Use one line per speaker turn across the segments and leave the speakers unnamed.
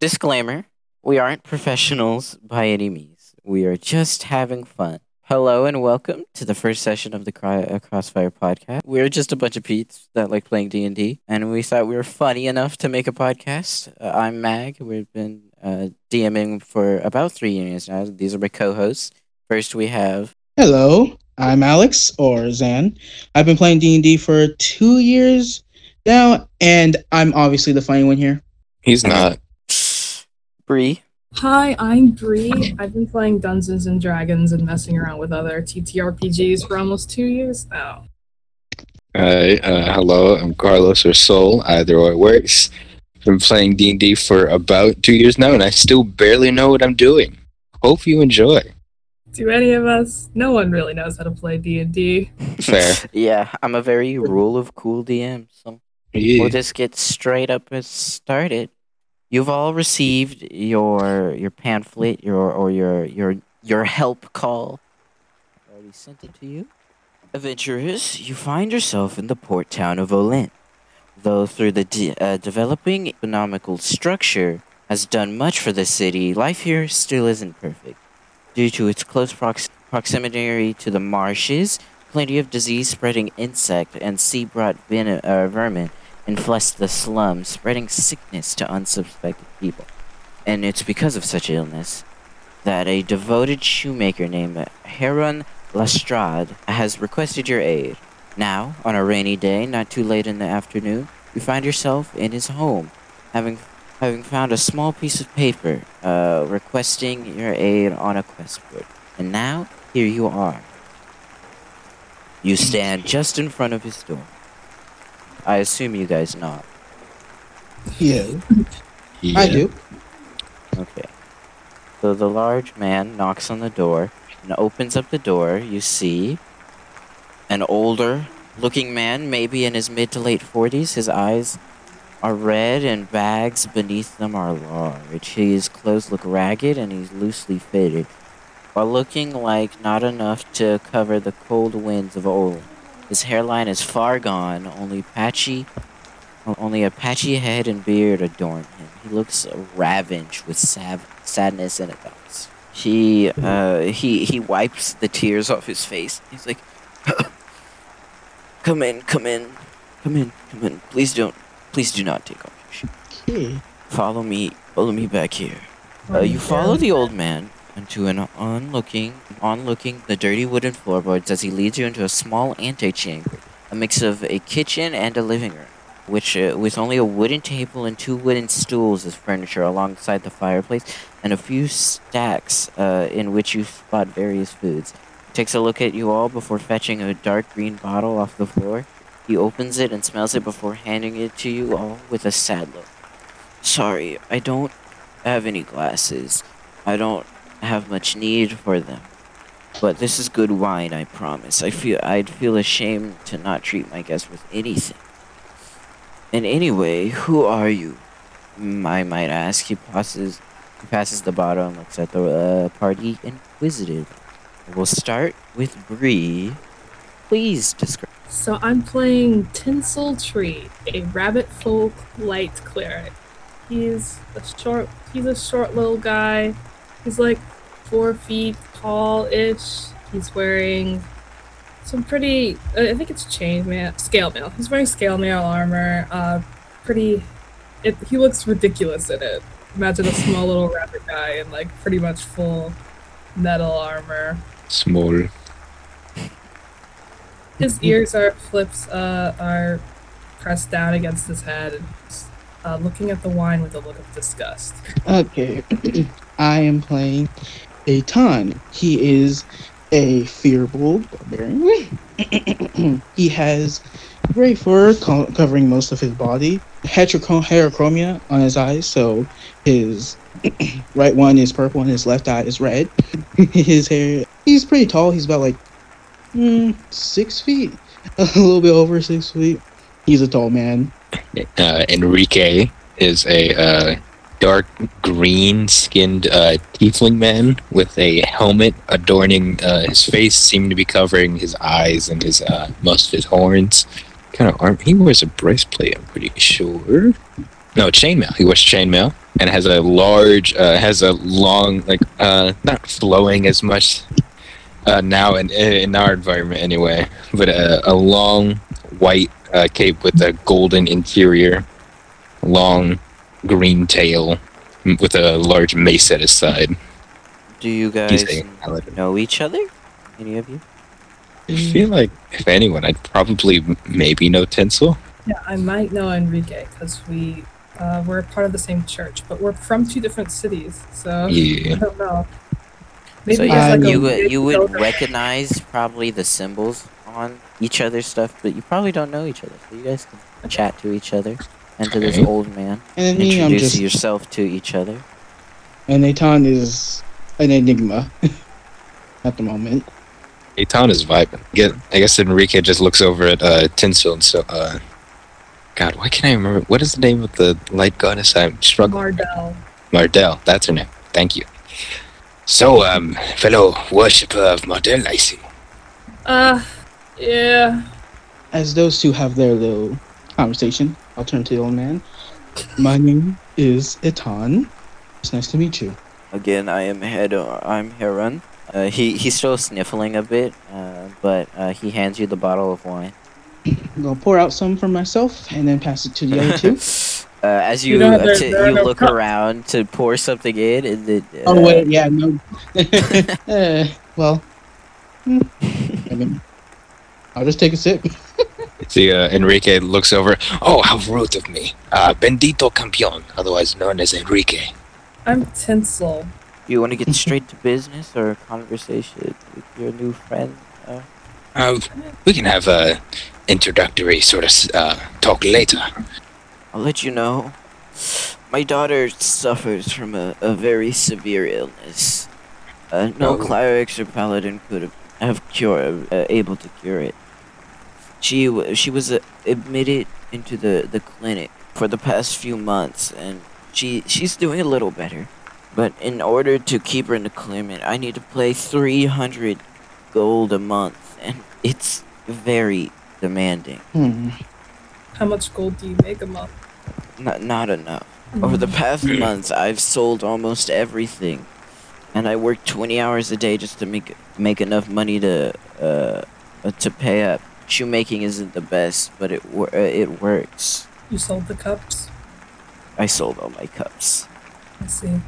Disclaimer We aren't professionals by any means. We are just having fun. Hello and welcome to the first session of the Cry- uh, Crossfire podcast. We're just a bunch of peeps that like playing D&D and we thought we were funny enough to make a podcast. Uh, I'm Mag. We've been uh, DMing for about 3 years now. These are my co-hosts. First we have
Hello, I'm Alex or Zan. I've been playing D and D for two years now, and I'm obviously the funny one here.
He's not.
Bree.
Hi, I'm Bree. I've been playing Dungeons and Dragons and messing around with other TTRPGs for almost two years now.
Hi, uh, hello. I'm Carlos or Soul. Either way works. Been playing D and D for about two years now, and I still barely know what I'm doing. Hope you enjoy.
Do any of us? No one really knows how to play D and D.
Fair.
Yeah, I'm a very rule of cool DM. So We'll
Yeah.
just get straight up and started. You've all received your your pamphlet, your or your your your help call. I already sent it to you. Adventurers, you find yourself in the port town of Olin. Though through the de- uh, developing economical structure has done much for the city, life here still isn't perfect. Due to its close prox- proximity to the marshes, plenty of disease-spreading insect and sea-brought ven- uh, vermin infest the slums, spreading sickness to unsuspecting people. And it's because of such illness that a devoted shoemaker named Heron Lestrade has requested your aid. Now, on a rainy day, not too late in the afternoon, you find yourself in his home, having having found a small piece of paper uh, requesting your aid on a quest board. And now, here you are. You stand just in front of his door. I assume you guys not.
Yeah,
yeah.
I do.
Okay. So the large man knocks on the door and opens up the door. You see an older looking man, maybe in his mid to late 40s. His eyes are red and bags beneath them are large. His clothes look ragged and he's loosely fitted, while looking like not enough to cover the cold winds of old. His hairline is far gone, only patchy only a patchy head and beard adorn him. He looks ravaged with sav- sadness and adults. He uh, he he wipes the tears off his face. He's like, "Come in, come in, come in, come in. Please don't, please do not take off your shoes.
Okay.
Follow me, follow me back here." Uh, you follow the old man into an onlooking, onlooking the dirty wooden floorboards as he leads you into a small antechamber, a mix of a kitchen and a living room, which uh, with only a wooden table and two wooden stools as furniture alongside the fireplace, and a few stacks uh, in which you spot various foods. He takes a look at you all before fetching a dark green bottle off the floor. He opens it and smells it before handing it to you all with a sad look. Sorry, I don't have any glasses. I don't have much need for them. But this is good wine, I promise. I feel I'd feel ashamed to not treat my guests with anything. And anyway, who are you? Mm, I might ask. He passes, he passes the bottle and looks at the uh, party inquisitive. We'll start with Bree. Please describe.
So I'm playing Tinsel Tree, a rabbit folk light cleric. He's a short. He's a short little guy. He's like four feet tall ish. He's wearing some pretty. uh, I think it's chain mail, scale mail. He's wearing scale mail armor. Uh, pretty. It, he looks ridiculous in it. Imagine a small little rabbit guy in like pretty much full metal armor.
Small.
His ears are flips uh, are pressed down against his head, and he's, uh, looking at the wine with a look of disgust.
Okay, I am playing Eitan. He is a fearbold barbarian. he has gray fur co- covering most of his body, heterochrom- heterochromia on his eyes, so his right one is purple and his left eye is red. his hair, he's pretty tall. He's about like mm, six feet, a little bit over six feet. He's a tall man.
Uh, Enrique is a uh, dark green-skinned uh, tiefling man with a helmet adorning uh, his face, seeming to be covering his eyes and his uh, most of his horns. Kind of arm. He wears a breastplate. I'm pretty sure. No, chainmail. He wears chainmail and has a large, uh, has a long, like uh, not flowing as much uh, now in in our environment anyway, but a, a long white uh, cape with a golden interior, long green tail m- with a large mace at his side.
Do you
He's
guys
a paladin.
know each other? Any of you?
I feel like if anyone, I'd probably m- maybe know Tinsel.
Yeah, I might know Enrique because we uh, we're part of the same church, but we're from two different cities, so I
Yeah.
don't know.
so
it's
yeah,
like a
you would
big
you would
building.
recognize probably the symbols on each other's stuff, but you probably don't know each other. So you guys can chat to each other and to this
Okay.
old man.
And then me, I'm
Introduce
just.
yourself to each other.
And Eitan is an enigma at the moment.
Eitan is vibing. Get, I guess Enrique just looks over at uh, Tinsel and so. Uh, God, why can't I remember? What is the name of the light goddess? I'm struggling.
Mardell.
Mardell. That's her name. Thank you. So, um, fellow worshipper of Mardell, I see.
Uh, yeah.
As those two have their little conversation, I'll turn to the old man. My name is Etan. It's nice to meet you.
Again, I am head. I'm Heron. Uh, he he's still sniffling a bit, uh, but uh, he hands you the bottle of wine.
I'm gonna pour out some for myself and then pass it to the other two.
Uh, as
You
you
know, there-
att-
there are
you
no
look
cups.
around to pour something in, and it, uh,
oh wait, yeah, no. uh, well, hmm, I mean, I'll just take a sip.
See, uh, Enrique looks over. Oh, how rude of me. Uh, Bendito Campeon, otherwise known as Enrique.
I'm Tinsel.
you want to get straight to business or a conversation with your new friend? Uh,
Um, we can have a introductory sort of uh, talk later.
I'll let you know. My daughter suffers from a, a very severe illness. Uh, no
Oh.
clerics or paladin could have, have cure, uh, able to cure it. She w- she was uh, admitted into the, the clinic for the past few months, and she she's doing a little better. But in order to keep her in the clinic, I need to play 300 gold a month, and it's very demanding.
Hmm.
How much gold do you make a month?
Not not enough. Over the past months, I've sold almost everything, and I work 20 hours a day just to make make enough money to uh, uh to pay up. Shoemaking isn't the best, but it wor- uh, it works.
You sold the cups.
I sold all my cups.
I see.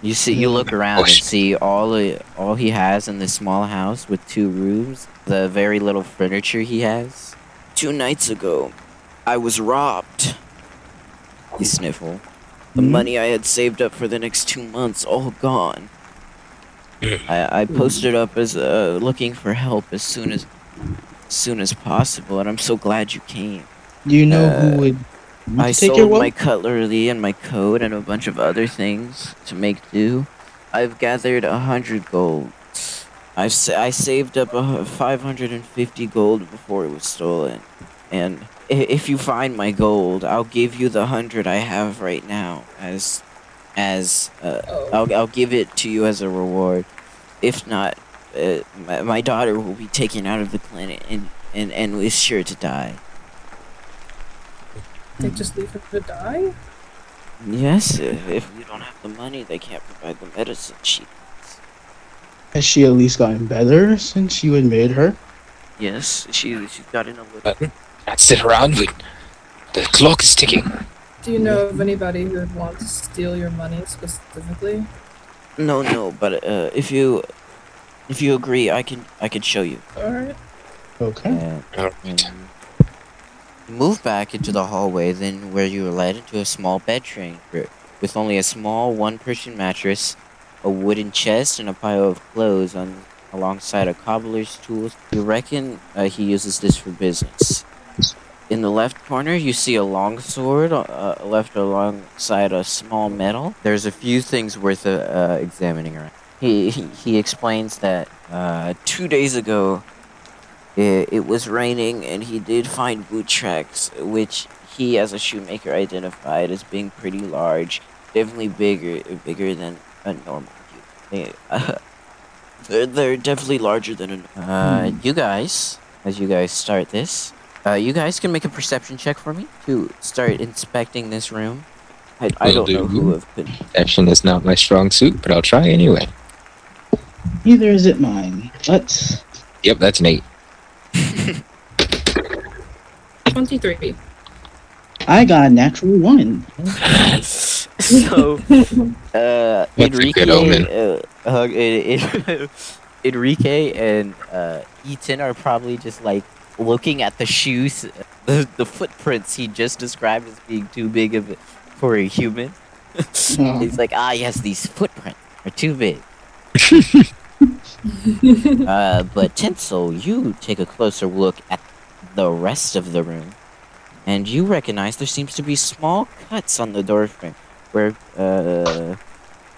You see, you look around and
Gosh.
see all the all he has in this small house with two rooms, the very little furniture he has. Two nights ago, I was robbed. You sniffle. The
Hmm?
money I had saved up for the next two months all gone. I, I posted up as uh, looking for help as soon as, as soon as possible, and I'm so glad you came.
Do you know
Uh,
who would want
I
to take
sold
your
my
wallet?
cutlery and my coat and a bunch of other things to make do. I've gathered a hundred gold. I've sa- I saved up a five hundred and fifty gold before it was stolen, and i- if you find my gold, I'll give you the hundred I have right now as, as uh,
Oh.
I'll I'll give it to you as a reward. If not, uh, my, my daughter will be taken out of the planet and and and is sure to die.
They just leave her to die?
Yes, if, if we don't have the money, they can't provide the medicine she needs.
Has she at least gotten better since you admitted her?
Yes, she, she's gotten a little.
But not sit around. We, the clock is ticking.
Do you know of anybody who would want to steal your money specifically?
No, no, but uh, if you if you agree, I can I can show you. Uh,
Alright.
Okay.
All right.
Mm-hmm. Move back into the hallway, then where you were led into a small bed chamber with only a small one-person mattress, a wooden chest, and a pile of clothes on alongside a cobbler's tools. You reckon uh, he uses this for business. In the left corner, you see a long sword uh, left alongside a small medal. There's a few things worth uh, uh, examining around. He, he, he explains that uh, two days ago, it, it was raining, and he did find boot tracks, which he, as a shoemaker, identified as being pretty large, definitely bigger, bigger than a normal. human. They- they're, they're definitely larger than a. Uh,
Hmm.
you guys, as you guys start this, uh, you guys can make a perception check for me to start inspecting this room. I, I
Will
don't know
do.
who have been.
Action is not my strong suit, but I'll try anyway.
Neither is it mine. Let's.
Yep, that's an eight.
23.
I got a natural one.
so, uh,
a
Enrique,
good omen.
uh, hug- en- en- Enrique and uh, Eaton are probably just like looking at the shoes, the, the footprints he just described as being too big of a, for a human.
Oh.
He's like, ah, yes, these footprints are too big. uh, but Tinsel, you take a closer look at the rest of the room, and you recognize there seems to be small cuts on the doorframe, where uh,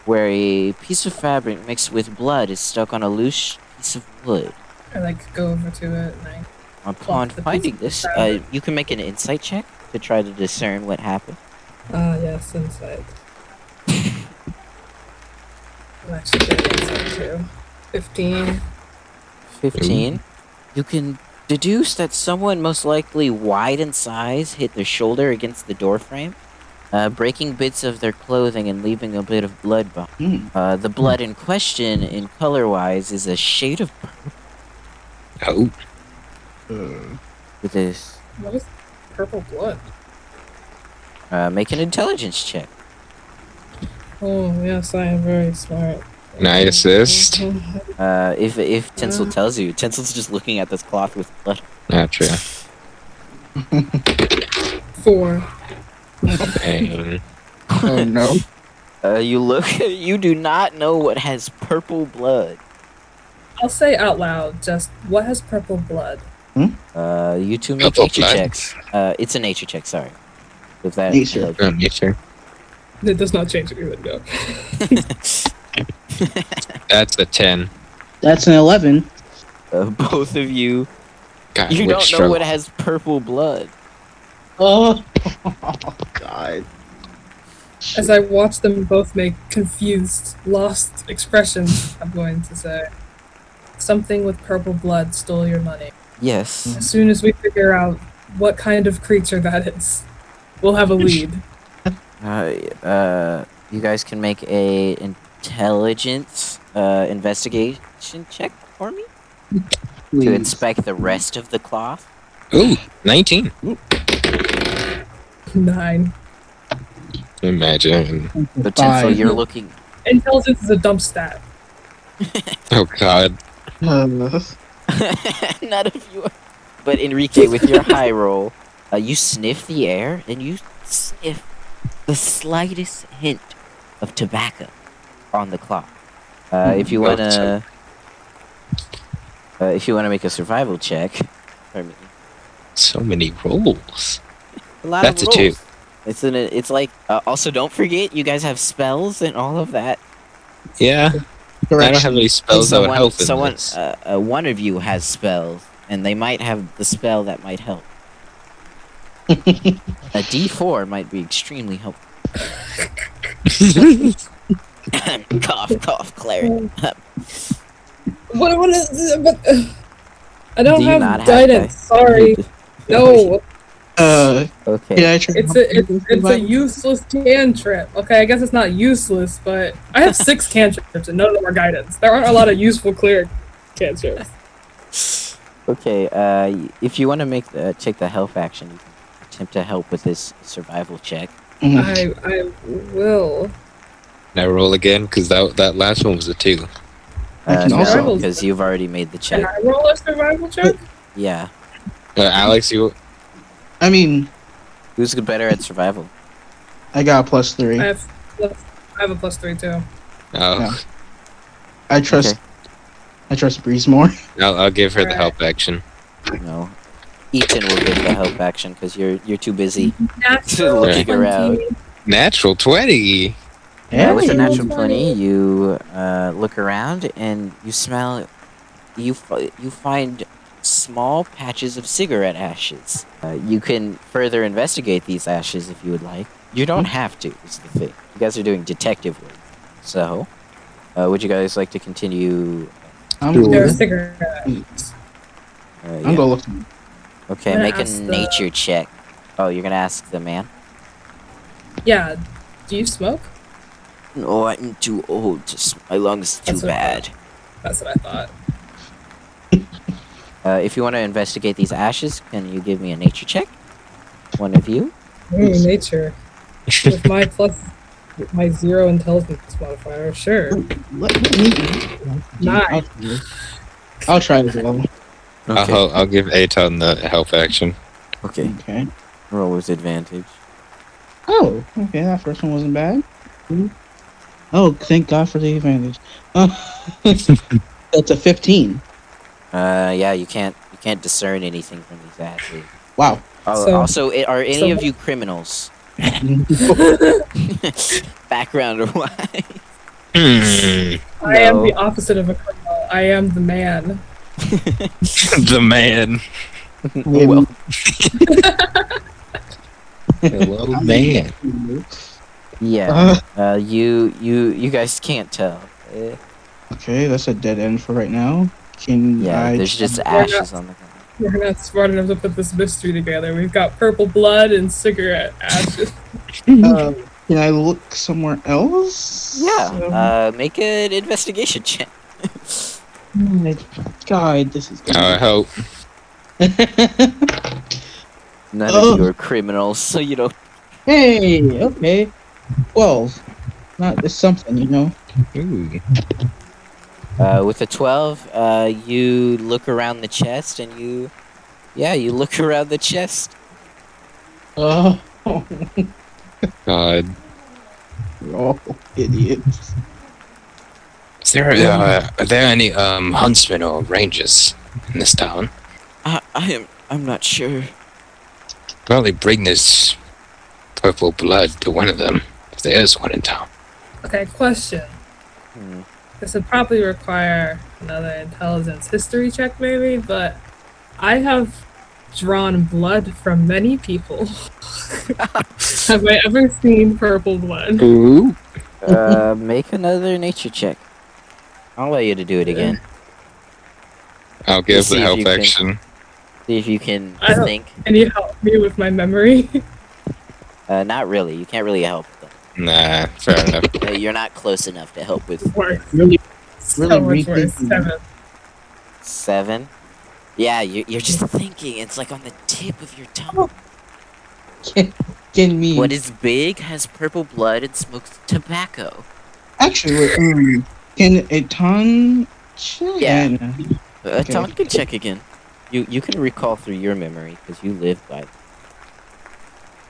where a piece of fabric mixed with blood is stuck on a loose piece of wood.
I like go over to it and I
Upon
the piece
finding
of
this, uh,
fabric.
you can make an insight check to try to discern what happened.
Ah, yes, inside. I'm actually good at inside too. 15.
15. You can deduce that someone, most likely wide in size, hit their shoulder against the doorframe, uh, breaking bits of their clothing and leaving a bit of blood behind.
Hmm.
Uh, the blood in question, in color wise, is a shade of purple
Oh,
with this.
What is purple blood?
Uh, make an intelligence check.
Oh, yes, I am very smart.
Can I assist?
Uh, if if Tinsel
Uh.
tells you, Tinsel's just looking at this cloth with blood.
not true.
Four.
Dang.
oh no.
Uh, you look, you do not know what has purple blood.
I'll say out loud just what has purple blood?
Uh, you two make
Purple
nature
blood?
checks. Uh, it's a nature check. Sorry. With that,
Nature.
uh,
Oh, nature.
It does not change your window.
That's a ten.
That's an 11.
uh, both of you.
God,
You
what
don't know
struggle.
what has purple blood.
Oh, God.
As I watch them both make confused, lost expressions, I'm going to say something with purple blood stole your money.
Yes.
As soon as we figure out what kind of creature that is, we'll have a lead.
Uh, uh, you guys can make a intelligence uh, investigation check for me to
Please.
inspect the rest of the cloth.
Ooh, nineteen.
Nine.
Imagine.
So Tinsel,
Five.
you're looking.
Intelligence is a dump stat.
Oh God.
Uh,
None of you. Are... But Enrique, with your high roll, uh, you sniff the air and you sniff the slightest hint of tobacco on the clock. Uh, if you
Mm,
wanna,
that's
uh, if you wanna make a survival check, for me.
So many rolls.
A lot
That's a two.
rolls. It's an. It's like. Uh, also, don't forget, you guys have spells and all of that.
Yeah. I don't have any spells that would
someone,
help in
someone,
this.
uh, uh, one of you has spells, and they might have the spell that might help. a D four might be extremely helpful. cough, cough, Clary.
What, what is. But, uh, I don't
Do you
have
not have
guidance.
guidance?
Sorry. No.
Uh,
Okay.
can I try
It's a, it's, it's a useless cantrip. Okay, I guess it's not useless, but I have six cantrips and none of them are guidance. There aren't a lot of useful clear cantrips.
Okay. Uh, y- if you want to make the, check the health action, you can attempt to help with this survival check.
Mm,
I I will.
Can I roll again? Because that that last one was a two.
I
Uh,
can
no,
also-
because you've already made the
Can
check.
I roll a survival check?
Yeah.
Uh,
Mm-hmm.
Alex, you
I mean,
Who's better at survival?
I got a plus three.
I have plus, I have a plus three too.
Oh,
I trust.
Okay.
I trust Breeze more.
I'll, I'll give her the
Alright.
help action.
No. Ethan will give the help action because you're you're too busy.
Natural
Looking
20.
around.
Natural twenty.
Uh, with a
Hey.
natural twenty, you uh, look around and you smell. You f- you find small patches of cigarette ashes. Uh, you can further investigate these ashes if you would like. You don't have to. Is the thing. You guys are doing detective work, so uh, would you guys like to continue?
I'm,
Cool.
There are
gonna-
cigarettes.
Uh,
I'm
yeah.
gonna look.
Okay,
I'm gonna
make a
ask the-
nature check. Oh, you're gonna ask the man.
Yeah, Do you smoke?
No, I'm too old. To sm- my lungs too
That's what-
bad.
That's what I thought.
Uh, if you want to investigate these ashes, can you give me a nature check? One of you.
Ooh, nature. With my plus, with my zero intelligence modifier, sure.
Let, let me.
Nine.
I'll try as well.
I'll, hel- I'll give Aton the help action.
Okay.
Okay.
Roll with advantage.
Oh,
Hmm.
okay. That first one wasn't bad. Oh, thank God for the advantage. Uh, that's a 15.
Uh, yeah, you can't you can't discern anything from these ashes.
Wow.
Oh,
So-
also, i- are any
so-
of you criminals? Background or why?
Hmm,
I am
No.
the opposite of a criminal. I am the man.
the man.
Oh, well,
Hello, man.
yeah.
Um, Uh,
Uh, you you you guys can't tell. Eh,
okay, that's a dead end for right now. Can
yeah,
I?
there's just
We're not-
ashes on the ground.
We're not smart enough to put this mystery together. We've got purple blood and cigarette ashes.
uh, can I look somewhere else? Um,
Yeah. Uh, make an investigation check.
my hmm, God, this is.
Our Uh, help.
None
Oh.
of you are criminals, so you don't.
hey. Okay. Twelve. Not it's something, you know.
Ooh.
Uh, with a 12, uh, you look around the chest and you. Yeah, you look around the chest.
Oh,
God.
you're all idiots.
Is there, uh,
Mm.
are there any um, huntsmen or rangers in this town?
I, I am. I'm not sure.
Probably bring this purple blood to one of them, if there is one in town.
Okay, question.
Hmm.
This would probably require another intelligence history check, maybe, but I have drawn blood from many people. have I ever seen purple blood?
Ooh.
Uh, make another nature check. I'll allow you to do it again.
I'll give
see
the
if
help
you can-
action.
See if you can
I don't-
think.
Can you help me with my memory?
Uh, not really. You can't really help with that.
Nah, fair enough.
Uh, you're not close enough to help with
worse.
Really?
So
Really
much worse.
rethinking.
Seven.
seven. Yeah, you, you're just thinking. It's like on the tip of your tongue.
Can, can we?
What is big has purple blood and smokes tobacco.
Actually, wait, um, can a ton?
Yeah. Uh,
Okay.
Tom can check again. You you can recall through your memory because you live by.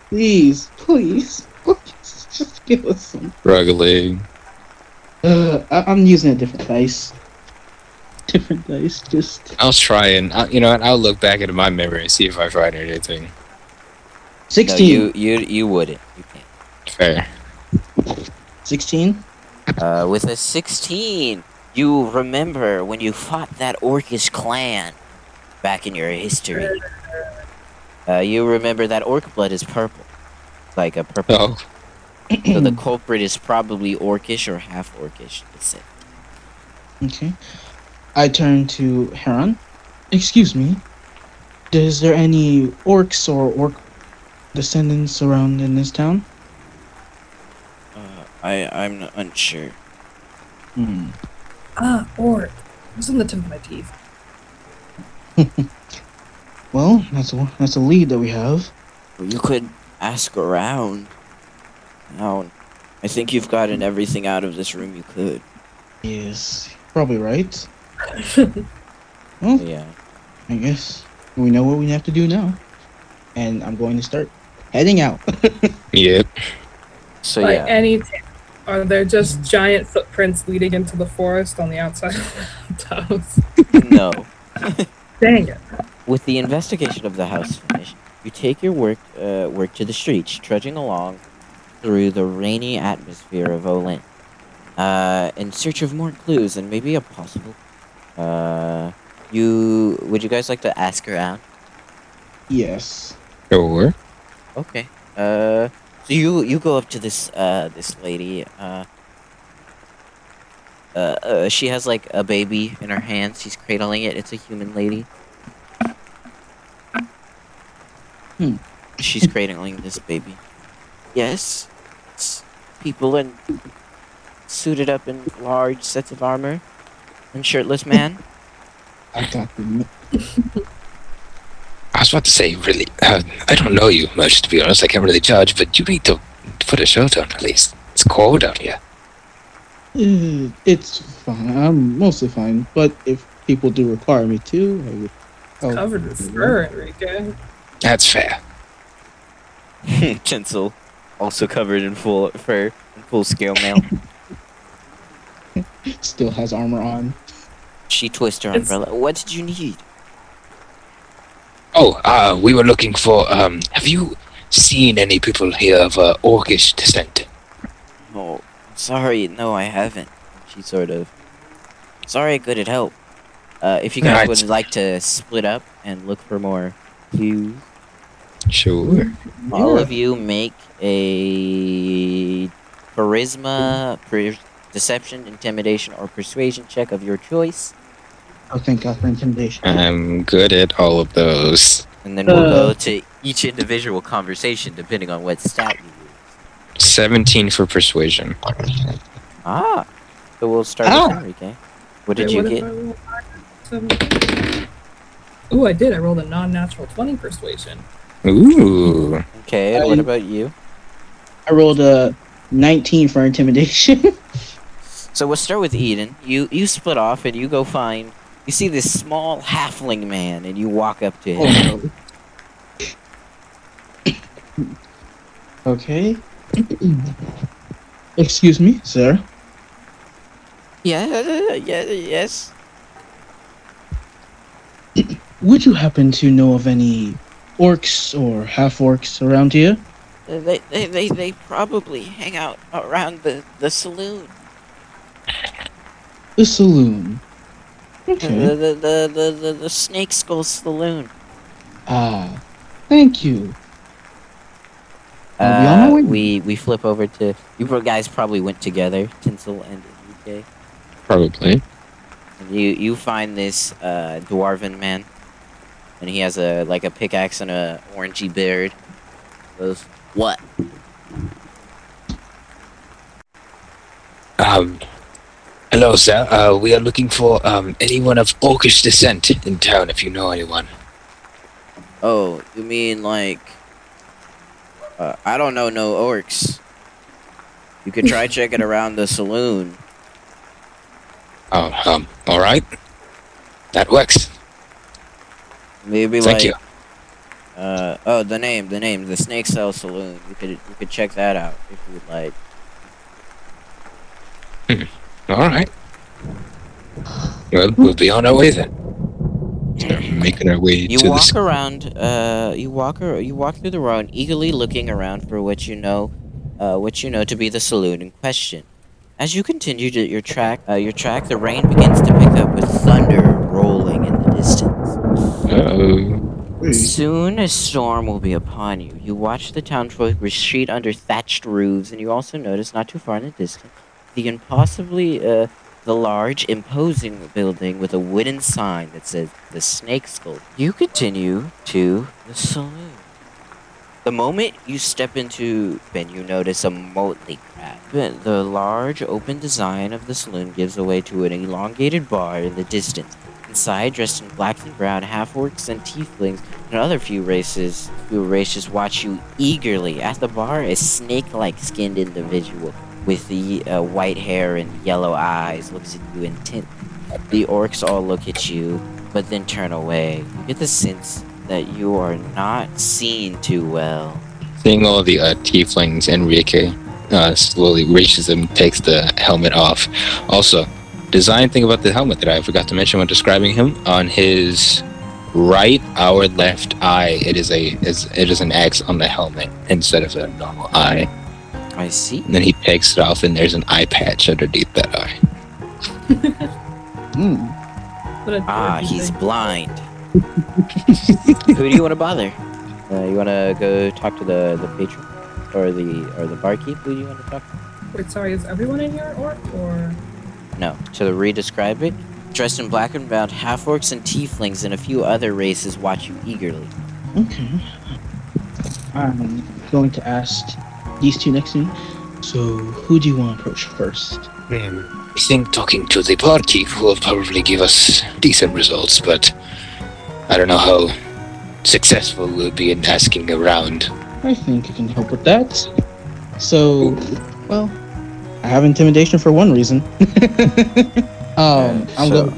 Please, please, please, just give us some.
Struggling.
Uh, I- I'm using a different dice. Different dice, just
I'll try and, i you know what, I'll look back into my memory and see if I've tried anything.
No,
16.
you you you wouldn't. You can't.
Fair.
16?
Uh, with a sixteen, you remember when you fought that Orcish clan back in your history. Uh, you remember that orc blood is purple, like a purple.
Oh,
So the culprit is probably orcish or half orcish descent.
Okay. I turn to Heron. Excuse me. Is there any orcs or orc descendants around in this town?
Uh, I I'm unsure.
Hmm.
Ah, or it was on the tip of my teeth.
Well, that's a, that's a lead that we have.
Well, You could ask around. Now, I think you've gotten everything out of this room you could.
Yes. Probably right. Hmm,
Yeah.
I guess we know what we have to do now. And I'm going to start heading out.
yep.
So
By
yeah,
any chance, are there just giant footprints leading into the forest on the outside of the house?
no.
Dang it.
With the investigation of the house finished, you take your work uh, work to the streets, trudging along through the rainy atmosphere of Olin, uh, in search of more clues and maybe a possible. Uh, you would you guys like to ask around?
yes.
Sure.
Okay. Uh, so you you go up to this uh this lady. Uh, uh, uh, she has like a baby in her hands. She's cradling it. It's a human lady.
Hmm.
Hmm. She's cradling this baby. Yes. S- people in suited up in large sets of armor and shirtless man.
I got the
I was about to say, really, uh, I don't know you much, to be honest. I can't really judge, but you need to put a shirt on at least. It's cold out here.
Uh, It's fine. I'm mostly fine, but if people do require me to, I would.
Oh.
I'll-
Covered in fur, Enrique.
That's fair.
Tinsel, also covered in full fur and full scale mail.
Still has armor on.
she twists her
It's-
umbrella. What did you need?
Oh, uh, we were looking for. Um, have you seen any people here of uh, orcish descent?
No, Oh, sorry, no, I haven't. She sort of. Sorry, I couldn't help. Uh, if you guys
Alright.
would like to split up and look for more clues,
Sure.
all of you make a charisma, per- deception, intimidation, or persuasion check of your choice,
Oh, thank God for intimidation.
I'm good at all of those.
and then we'll
Uh.
go to each individual conversation depending on what stat you use.
17 for persuasion.
Ah, so we'll start
Ah.
with Enrique. What did
Oh. Wait,
you
what if
get?
I roll some- Ooh, I did. I rolled a non-natural 20 persuasion.
Ooh.
Okay,
I-
what about you?
I rolled a 19 for intimidation.
So we'll start with Eden. You you split off and you go find you see this small halfling man and you walk up to him.
Oh, no. okay. Excuse me, sir.
yeah, yeah, yes.
Would you happen to know of any orcs or half orcs around here?
Uh, They, they, they, they probably hang out around the, the saloon.
The saloon.
The,
Okay.
the, the, the, the, the Snake Skull Saloon.
Ah, thank you. Are we on our way?
Uh, we, we flip over to. You guys probably went together, Tinsel and UK.
Probably.
And you you find this uh, dwarven man, and he has a like a pickaxe and a orangey beard. Goes what?
Um, hello, sir. Uh, we are looking for um, anyone of orcish descent in town if you know anyone.
Oh, you mean like? Uh, I don't know no orcs. You could try checking around the saloon.
Oh, um, all right. That works.
Maybe like.
Thank you.
Uh, oh, the name, the name, the Snake Cell Saloon. You could you could check that out if you would like.
All right. Well, we'll be on our way then. Start making our way
You
to the.
walk
s-
around. Uh, you walk. Ar- you walk through the road, eagerly looking around for what you know, uh, what you know to be the saloon in question. As you continue to your track, uh, your track, the rain begins to pick up with thunder rolling in the distance.
Uh-oh.
Soon a storm will be upon you. You watch the town folk retreat under thatched roofs, and you also notice not too far in the distance the impossibly uh, the large, imposing building with a wooden sign that says the Snake Skull. You continue to the saloon. The moment you step into Ben, you notice a motley crowd. The- The large, open design of the saloon gives way to an elongated bar in the distance. Inside, dressed in black and brown, half orcs and tieflings, and other few races, few races watch you eagerly. At the bar, a snake-like skinned individual with the uh, white hair and yellow eyes looks at you intent. The orcs all look at you, but then turn away. You get the sense that you are not seen too well.
Seeing all the uh, tieflings, Enrique uh, slowly reaches them, takes the helmet off. Also, design thing about the helmet that I forgot to mention when describing him. On his right, our left eye, it is a is it is an X on the helmet instead of a normal eye.
I see.
And then he takes it off, and there's an eye patch underneath that eye.
Mm.
What a
Ah,
dorky
he's
thing.
blind. Who do you want to bother? Uh, you want to go talk to the, the patron or the or the barkeep? Who do you want to talk to?
Wait, sorry, is everyone in here orc or?
No. To re-describe it, dressed in black and brown, half orcs and tieflings and a few other races watch you eagerly.
Okay. I'm going to ask these two next to me. So, who do you want to approach first?
Man,
I think talking to the bar chief will probably give us decent results, but I don't know how successful we'll be in asking around.
I think I can help with that. So, well, I have intimidation for one reason. um,
Yeah,
I'm,
so-
go-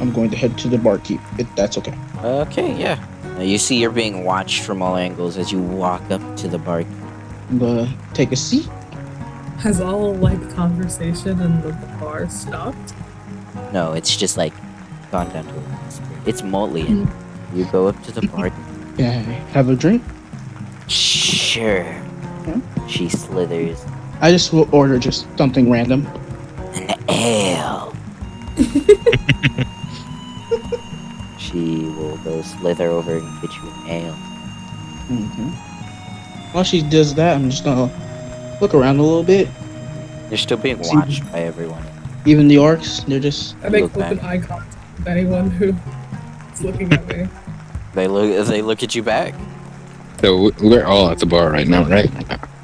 I'm going to head to the barkeep, if that's okay.
Okay, yeah. Now you see you're being watched from all angles as you walk up to the bar.
I'm going to take a seat.
Has all like conversation in the bar stopped?
No, it's just like gone down to a whisper. It's Molian. You go up to the bar.
Yeah, have a drink.
Sure.
Hmm?
She slithers.
I just will order just something random.
An ale. she will go slither over and get you an ale.
hmm While she does that, I'm just going to look around a little bit.
You're still being
See-
watched by everyone.
Even the orcs, they're just
I make
Look back.
open eye contact with anyone who is looking at me.
They look. They look at you back.
So we're all at the bar right now, right?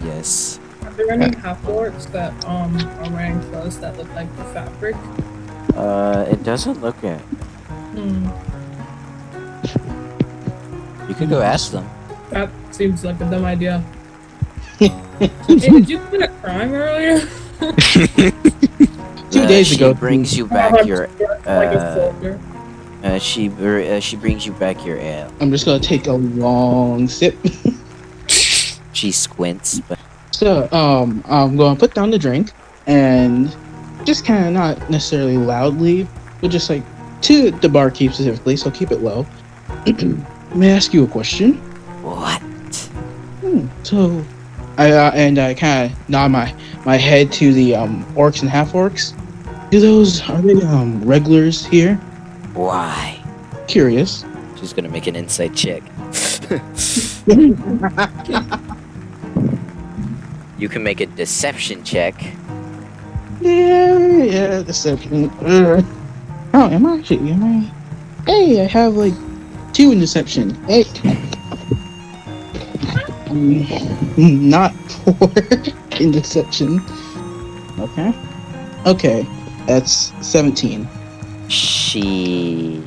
Yes.
Are there any half orcs that um are wearing clothes that look like the fabric?
Uh, it doesn't look it.
Hmm.
You could go ask them.
That seems like a dumb idea. hey, did you commit a crime earlier?
Two
Uh,
days
she
ago- Uh-huh.
brings you
Oh,
back your.
Like a
uh,
soldier.
Uh, she br- uh, she brings you back your uh, ale.
I'm just gonna take a long sip.
She squints, but
so, um, I'm gonna put down the drink and just kind of not necessarily loudly, but just like to the barkeep specifically. So keep it low. May I ask you a question?
what?
Hmm, so, I uh, and I kind of nod my my head to the um orcs and half orcs. Do those are they um regulars here?
Why?
Curious.
She's gonna make an insight check. you can make a deception check.
Yeah, yeah, deception. Ugh. Oh, am I actually? Am I? Hey, I have like two in deception. Hey. Mm, Not four in deception. Okay. Okay, that's 17.
She.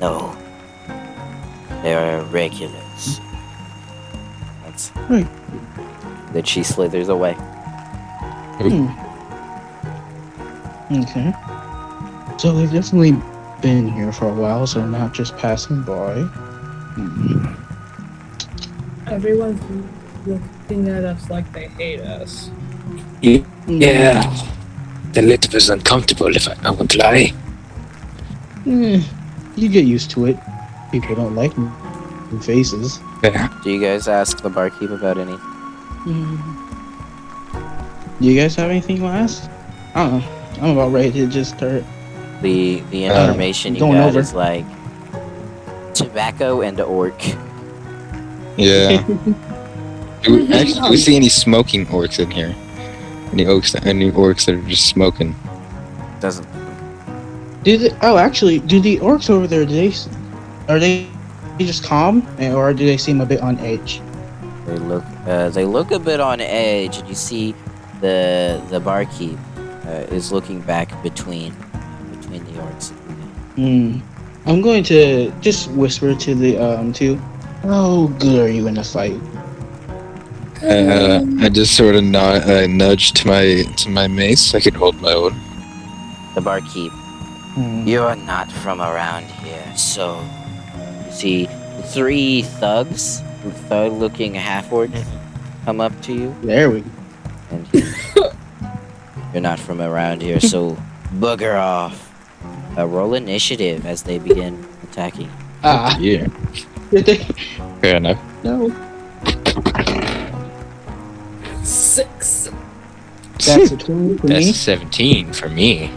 No. They are regulars. That's.
Right.
Then she slithers away.
Okay. So they've definitely been here for a while, so not just passing by. Hmm.
Everyone's looking at us like they hate us.
Yeah. The little bit uncomfortable, if I, I won't lie.
Eh, you get used to it. People don't like m- faces.
Yeah.
Do you guys ask the barkeep about any?
Do you guys have anything you want to ask? I don't know. I'm about ready to just start.
The the
Uh,
information you
going
got
over.
is like tobacco and orc.
Yeah. do, we, actually, do we see any smoking orcs in here? Any orcs, any orcs that are just smoking?
Doesn't.
Do the, oh, actually, do the orcs over there? Do they s- are they they just calm, eh, or do they seem a bit on edge?
They look uh, they look a bit on edge, and you see the the barkeep uh, is looking back between between the orcs.
Hmm. I'm going to just whisper to the um to. How good are you in a fight?
Uh, I just sort of nod, uh, nudge to my to my mace. I could hold my own.
The barkeep,
Hmm.
you are not from around here, so you see three thugs, thug-looking half orcs, come up to you,
There we.
and he- you're not from around here, so bugger off. Uh, roll initiative as they begin attacking.
Ah.
Yeah.
did they-
Fair enough.
no.
Six.
That's a twenty for
That's
me.
17 for me.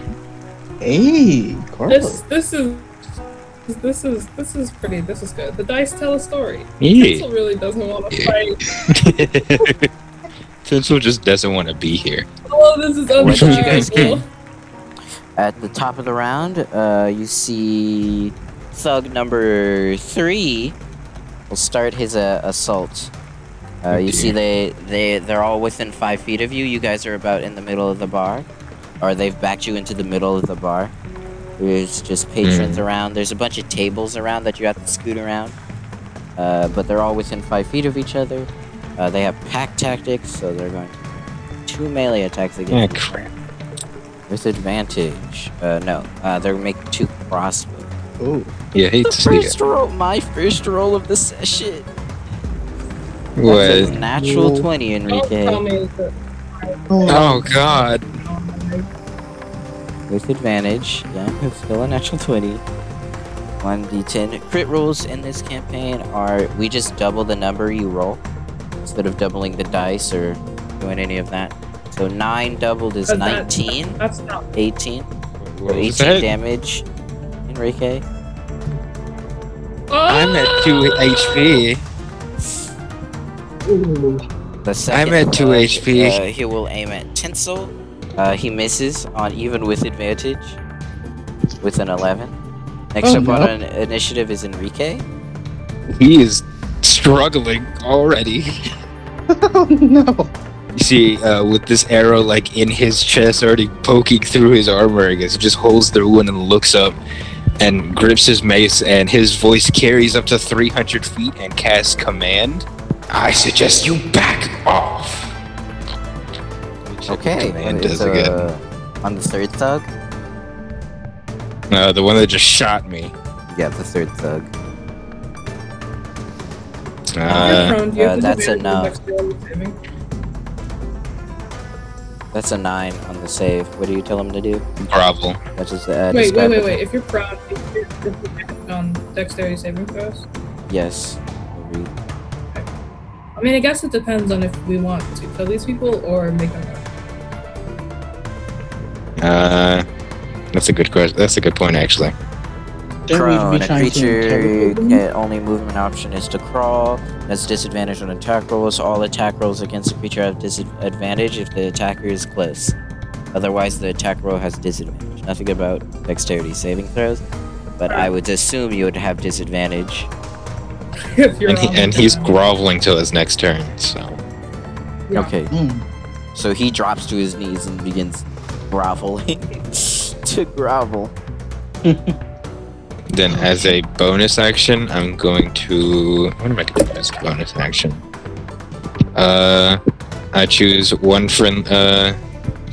Hey,
Oh.
Carlos.
This this is this is this is pretty. This is good. The dice tell a story. Pencil really doesn't want to
Yeah.
fight.
Tinsel just doesn't want to be here.
Oh, this is
What did you guys
undesirable.
At the top of the round, uh, you see thug number three will start his uh, assault. Uh, you see, they
dear.
they they're all within five feet of you. You guys are about in the middle of the bar, or they've backed you into the middle of the bar. There's just patrons around. There's a bunch of tables around that you have to scoot around. Uh, but they're all within five feet of each other. Uh, they have pack tactics, so they're going two melee attacks
Ah,
against you
crap.
with advantage. Uh, no, uh, they're making two crossbows.
Oh,
Yeah, I hate
The
to see it.
first roll, my first roll of the session. That's a
What?
natural
No.
twenty,
Don't
Enrique.
tell me that
Oh God.
with advantage. Yeah, it's still a natural 20. 1d10. Crit rolls in this campaign are we just double the number you roll instead of doubling the dice or doing any of that. So 9 doubled is
But that-
19,
that's not
18, or
What
18
was that?
damage. Enrique.
I'm at two HP.
The second
at 2
one,
HP.
Uh, he will aim at Tinsel. Uh, he misses on even with advantage with an 11. Next
Oh,
up on
no.
an initiative is Enrique.
He is struggling already.
oh no!
You see, uh, with this arrow like in his chest, already poking through his armor, I guess he just holds through one and looks up and grips his mace, and his voice carries up to 300 feet and casts command. I suggest you back off. Let me check what
Okay.
Command
it's,
does again.
uh, on the third thug?
Uh, the one that just shot me.
Yeah, the third thug.
You're
Uh,
prone. Do you
uh,
have
that's
disadvantage on
enough.
dexterity saving?
That's a nine on the save. What do you tell him to do?
grovel.
That's just uh,
Wait, wait,
describe
wait,
it.
wait. If you're prone, if you're disadvantaged on dexterity saving throws.
Yes.
I mean, I guess it depends on if we want to kill these people or make them. Work.
Uh, that's a good question. That's a good point, actually.
Don't
Prone. A creature
interrogate them.
can- only movement option is to crawl. That's disadvantage on attack rolls. All attack rolls against a creature have disadvantage if the attacker is close. Otherwise, the attack roll has disadvantage. Nothing about dexterity saving throws, but I would assume you would have disadvantage.
if you're
And, he,
on
and
the
he's
ground.
groveling till his next turn. So
Yeah.
Okay.
Hmm.
So he drops to his knees and begins groveling. to grovel.
then, as a bonus action, I'm going to. What am I going to do as a bonus action? Uh, I choose one friend. Uh,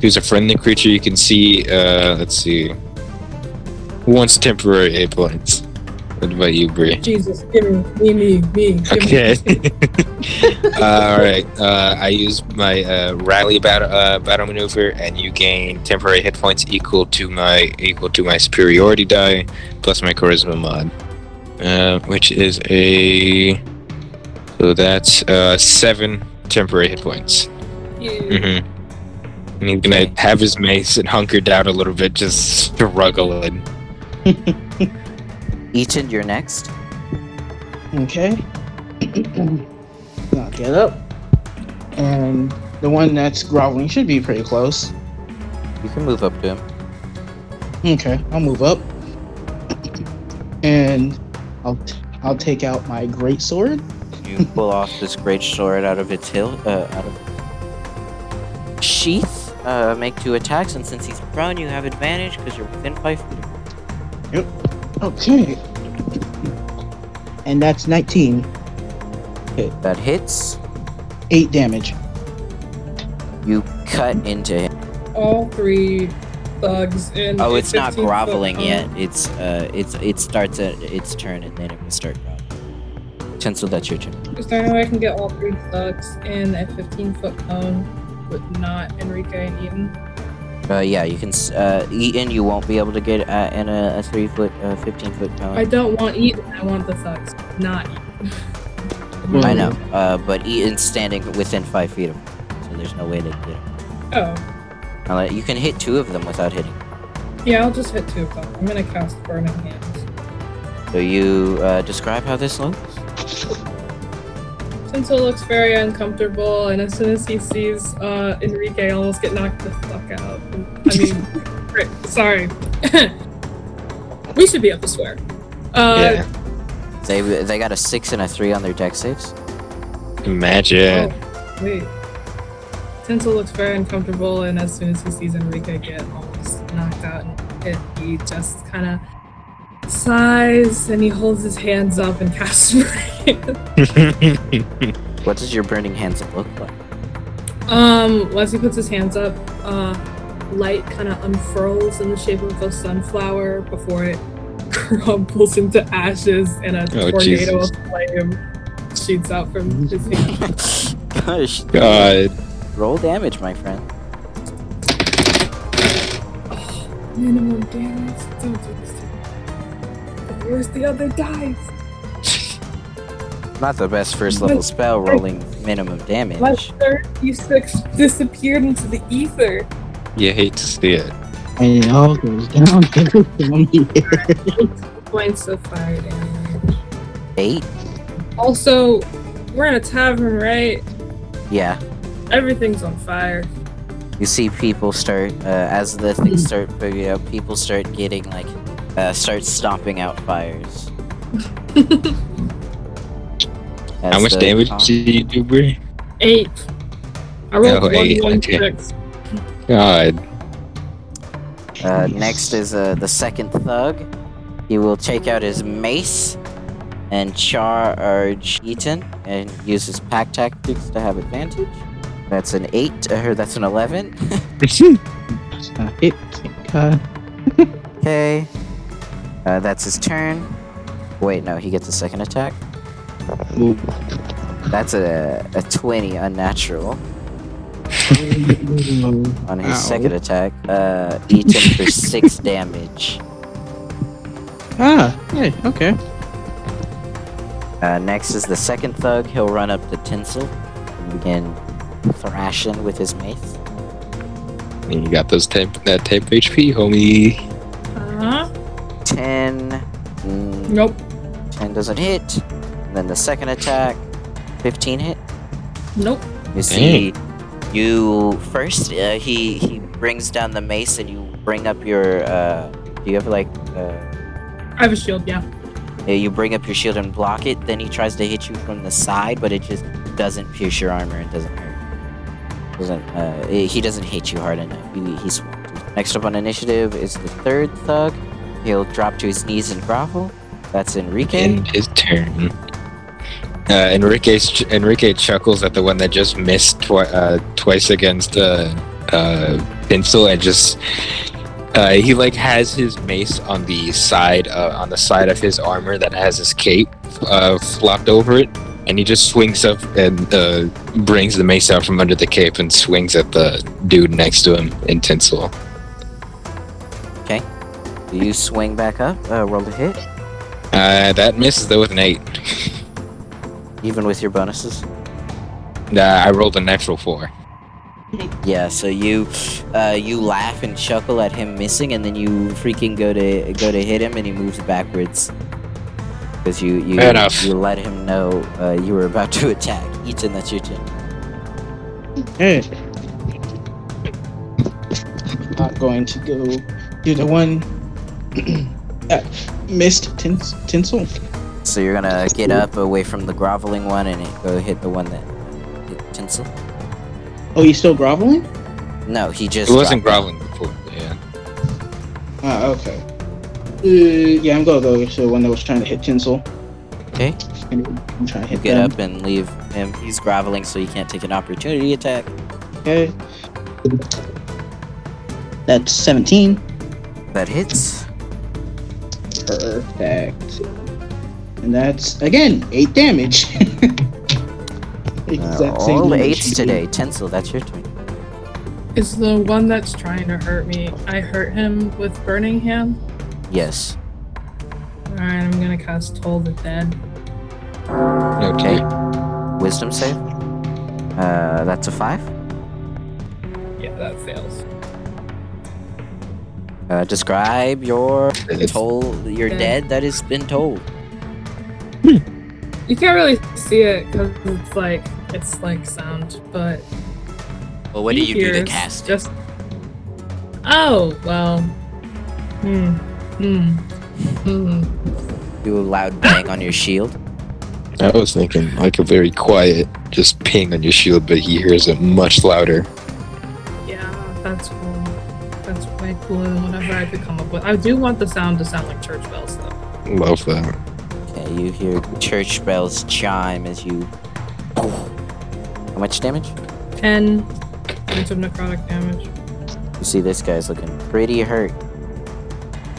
choose a friendly creature you can see. Uh, let's see. Once temporary hit points. What about you, Bree?
Jesus, give me, me, me, me. Give
Okay.
Me.
all right. Uh, I use my uh, rally battle uh, battle maneuver, and you gain temporary hit points equal to my equal to my superiority die plus my charisma mod, uh, which is a so that's uh, seven temporary hit points.
You-
hmm And he's gonna
Okay.
have his mace and hunker down a little bit, just struggling.
Eaton, you're next.
Okay. Now get up. And the one that's groveling should be pretty close.
You can move up to him.
Okay, I'll move up. And I'll t- I'll take out my great sword.
You pull off this great sword out of its hilt, uh, out of sheath. Uh, make two attacks, and since he's prone, you have advantage because you're within five feet. of him.
Okay. And that's 19.
That hits.
8 damage.
You cut into him.
All three thugs in.
Oh,
a
it's not
15 foot
groveling
cone.
yet. It's uh, it's it starts at its turn, and then it will start groveling. Tinsel, that's your turn.
Is there any way I can get all three thugs in a 15 foot cone, but not Enrique and Eden?
Uh, yeah, you can. s- Uh, Eaton, you won't be able to get uh, in a, a three foot, uh, fifteen foot cone.
I don't want Eden. I want the thugs, not. Eden.
I know, uh, but Eaton's standing within five feet of him, so there's no way to get him.
Oh,
Unless- You can hit two of them without hitting.
yeah. I'll just hit two of them. I'm gonna cast Burning Hands.
So you uh, describe how this looks.
Tinto looks very uncomfortable, and as soon as he sees uh, Enrique almost get knocked the fuck out, I mean, right, sorry. we should be able to swear. Uh,
yeah.
They they got a six and a three on their deck saves.
Imagine.
Oh, wait. Tinsel looks very uncomfortable, and as soon as he sees Enrique get almost knocked out, and he just kind of sighs and he holds his hands up and casts Brand.
What does your burning hands look like?
Um, once he puts his hands up, uh, light kind of unfurls in the shape of a sunflower before it crumbles into ashes and a
Oh,
tornado
Jesus. Mm-hmm.
of flame shoots out from his hand.
Gosh,
God.
roll damage, my friend.
Minimum damage. Don't do this to me. Where's the other dice?
Not the best first level spell rolling minimum damage.
My 36 disappeared into the ether.
You hate to see it.
And it all goes down, goes down here.
Points of fire damage.
Eight?
Also, we're in a tavern, right?
Yeah.
Everything's on fire.
You see people start, uh, as the things start bringing up, people start getting, like, uh, start stomping out fires.
How much damage did you do, Brie?
Eight. I rolled
Oh,
one,
eight,
one,
okay.
six.
God.
Uh, next is uh, the second thug. He will take out his mace and charge Eaton and use his pack tactics to have advantage. That's an 8, uh, that's an 11.
It, uh,
Okay. Uh, that's his turn. Wait, no, he gets a second attack.
ooh.
That's a, a 20 unnatural on his
Ow.
second attack. Uh, Eaton for 6 damage.
ah, yeah, okay.
Uh, next is the second thug. He'll run up to Tinsel and begin thrashing with his mace.
you got those type that type HP, homie.
Uh-huh.
10. Mm,
Nope.
10 doesn't hit. And then the second attack, 15 hit.
Nope.
You see, you first, uh, he, he brings down the mace and you bring up your. Uh, do you have like. Uh,
I have a shield, yeah.
you bring up your shield and block it, then he tries to hit you from the side, but it just doesn't pierce your armor and doesn't hurt. Doesn't, uh, he he doesn't hit you hard enough. He, he's Next up on initiative is the third thug. He'll drop to his knees and grovel. That's Enrique.
End his turn. Uh, Enrique Enrique chuckles at the one that just missed twi- uh, twice against uh, uh, Pencil and just uh, he like has his mace on the side uh, on the side of his armor that has his cape uh, flopped over it, and he just swings up and uh, brings the mace out from under the cape and swings at the dude next to him in Tinsel.
You swing back up, uh, roll to hit,
Uh, that misses though with an eight.
even with your bonuses.
Uh, I rolled a natural four.
Yeah, so you uh, you laugh and chuckle at him missing, and then you freaking go to go to hit him, and he moves backwards because you you,
Fair enough.
you let him know uh, you were about to attack. Ethan, that's your turn.
Hey. Not going to go do the one that missed tins- tinsel.
So you're gonna get up away from the groveling one and go hit the one that hit Tinsel.
Oh, he's still groveling?
No, he just
It wasn't
dropped
groveling before. Yeah.
Ah, okay. Uh, yeah, I'm gonna go to the one that was trying to hit tinsel.
Okay.
And I'm trying to hit
Get
them.
up and leave him. He's groveling, so you can't take an opportunity attack.
Okay. That's 17.
That hits.
Perfect. And that's, again, 8 damage.
Uh,
exact same
all
damage
eights
you
today. Tinsel, that's your turn.
Is the one that's trying to hurt me. I hurt him with burning hand.
Yes.
Alright, I'm gonna cast Toll the Dead.
Okay. Wisdom save. Uh, that's a five.
Yeah, that fails.
Uh, describe your toll, your
Okay.
dead that has been told.
You can't really see it because it's like it's like sound, but
Well, what do you do to
hears
cast? it?
Just oh well. Hmm. Hmm. Hmm.
Do a loud bang on your shield.
I was thinking like a very quiet just ping on your shield, but he hears it much louder.
Yeah, that's cool. That's way cooler than whatever I could come up with. I do want the sound to sound like church bells, though.
Love uh, that.
Okay, you hear church bells chime as you. How much damage?
10 points of necrotic damage.
You see, this guy's looking pretty hurt.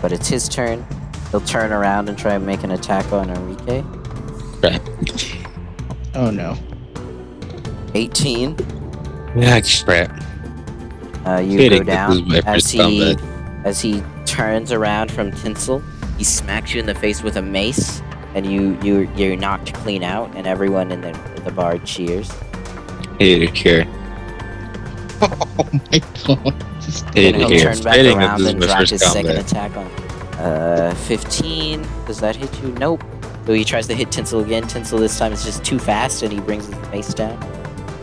But it's his turn. He'll turn around and try and make an attack on Enrique.
Oh no.
18.
Yeah, crap.
Uh, you
Kidding,
go
this is
down
my
as
first
he
combat.
as he turns around from Tinsel. He smacks you in the face with a mace, and you you you're knocked clean out. And everyone in the the bar cheers.
Hated here.
Oh my god. Just-
And
Hated
he'll
here.
turn back
Hating that
around
this is
and
my
drop
first
his second
combat.
attack on. Uh, 15. Does that hit you? Nope. So he tries to hit Tinsel again. Tinsel this time is just too fast, and he brings his mace down.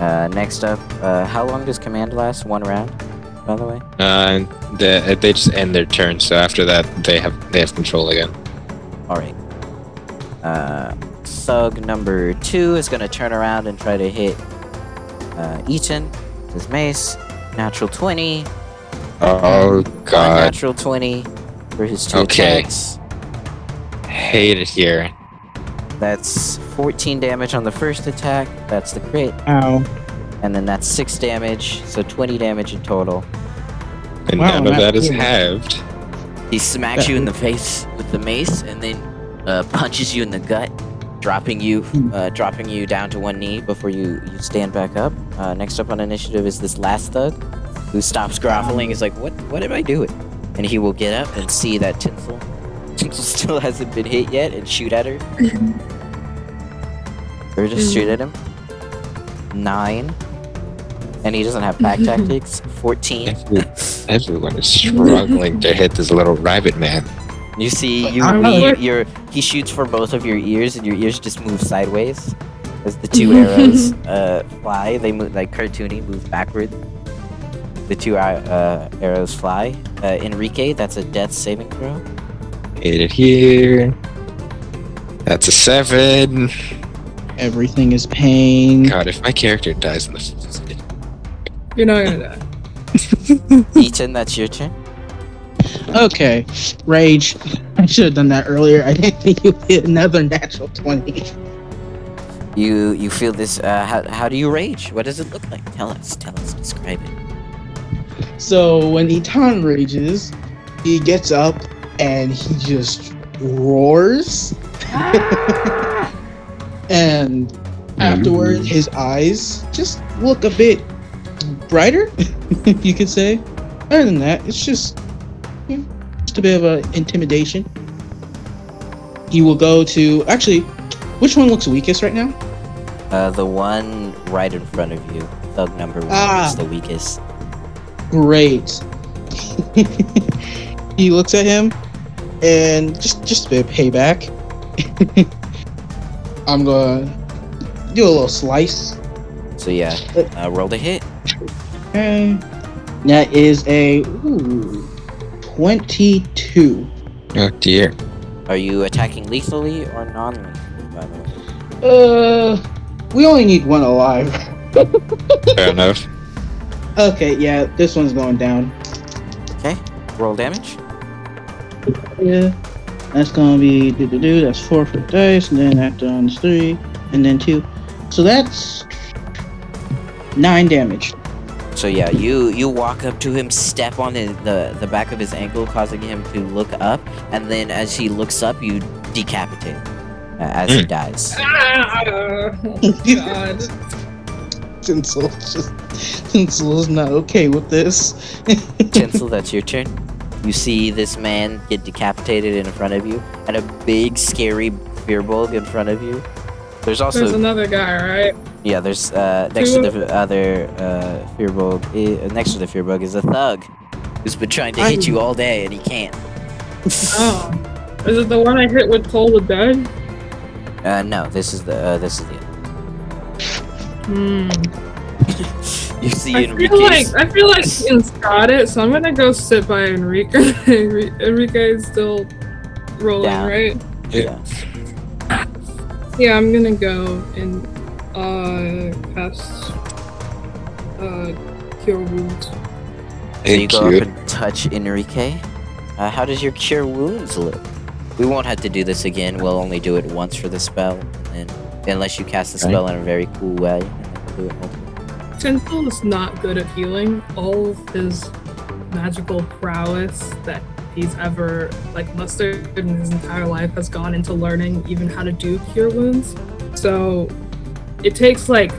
Uh, next up, uh, how long does command last? One round, by the way.
Uh, the, they just end their turn, so after that they have they have control again.
All right. Uh, Sug number two is gonna turn around and try to hit uh, Eaton with his mace. Natural twenty.
Oh god,
Natural twenty for his two
Okay.
attacks.
hate it here.
That's fourteen damage on the first attack. That's the crit,
Ow.
and then that's six damage, so twenty damage in total.
And
Wow,
none of
that
that is
really-
halved.
He smacks you in the face with the mace, and then uh, punches you in the gut, dropping you, uh, dropping you down to one knee before you, you stand back up. Uh, next up on initiative is this last thug, who stops groveling. Is like, what What am I doing? And he will get up and see that Tinsel, Tinsel still hasn't been hit yet, and shoot at her. or just shoot at him. Nine. And he doesn't have pack tactics. Fourteen.
Every- Everyone is struggling to hit this little rabbit man.
You see, you,
I'm not-
you your he shoots for both of your ears, and your ears just move sideways as the two arrows uh, fly. They move like cartoony, move backward. The two uh, uh, arrows fly. Uh, Enrique, that's a death saving throw.
Hate it here. That's a seven.
Everything is pain.
God, if my character dies in the first
You're not gonna die.
Eaton, that's your turn.
Okay. Rage. I should have done that earlier. I didn't think you hit another natural 20.
You you feel this? Uh, how how do you rage? What does it look like? Tell us. Tell us. Describe it.
So when Etan rages, he gets up and he just roars. and afterward, his eyes just look a bit brighter, you could say. Other than that, it's just yeah, just a bit of a intimidation. He will go to actually, which one looks weakest right now?
Uh, the one right in front of you, thug number one,
Ah.
is the weakest.
great. he looks at him and just just a bit of payback. I'm gonna do a little slice.
So yeah, uh, roll the hit.
Okay. That is a ooh, 22.
Oh dear.
Are you attacking lethally or non-lethally? By the way.
Uh, we only need one alive.
Fair enough.
Okay, yeah, this one's going down.
Okay, roll damage.
Yeah. That's gonna be do do do. That's four for dice, and then that done three, and then two. So that's nine damage.
So yeah, you you walk up to him, step on his, the the back of his ankle, causing him to look up, and then as he looks up, you decapitate him uh, as he dies.
Ah, God.
Tinsel just Tinsel is not okay with this.
Tinsel, that's your turn. You see this man get decapitated in front of you, and a big scary beerbulg in front of you. There's also
There's another guy, right?
yeah, there's uh, next to the other uh, fearbulg. eh, next to the fearbulg is a thug who's been trying to hit
I'm-
you all day, and he can't.
Oh. Is it the one I hit with Cold with Dead?
Uh, no, this is the uh, this is the
Hmm.
You see
I feel like
Enrique's.
I feel like Ian's got it, so I'm gonna go sit by Enrique. Enri- Enrique is still rolling,
Down.
right?
Yeah.
Yeah, I'm gonna go and uh, cast uh, Cure Wounds.
So you
Thank
go
you.
up and touch Enrique. Uh, how does your cure wounds look? We won't have to do this again. We'll only do it once for the spell, and unless you cast the
Okay.
spell in a very cool way, and then we'll do it multiple.
Tenthil is not good at healing. All of his magical prowess that he's ever like mustered in his entire life has gone into learning even how to do cure wounds. So it takes like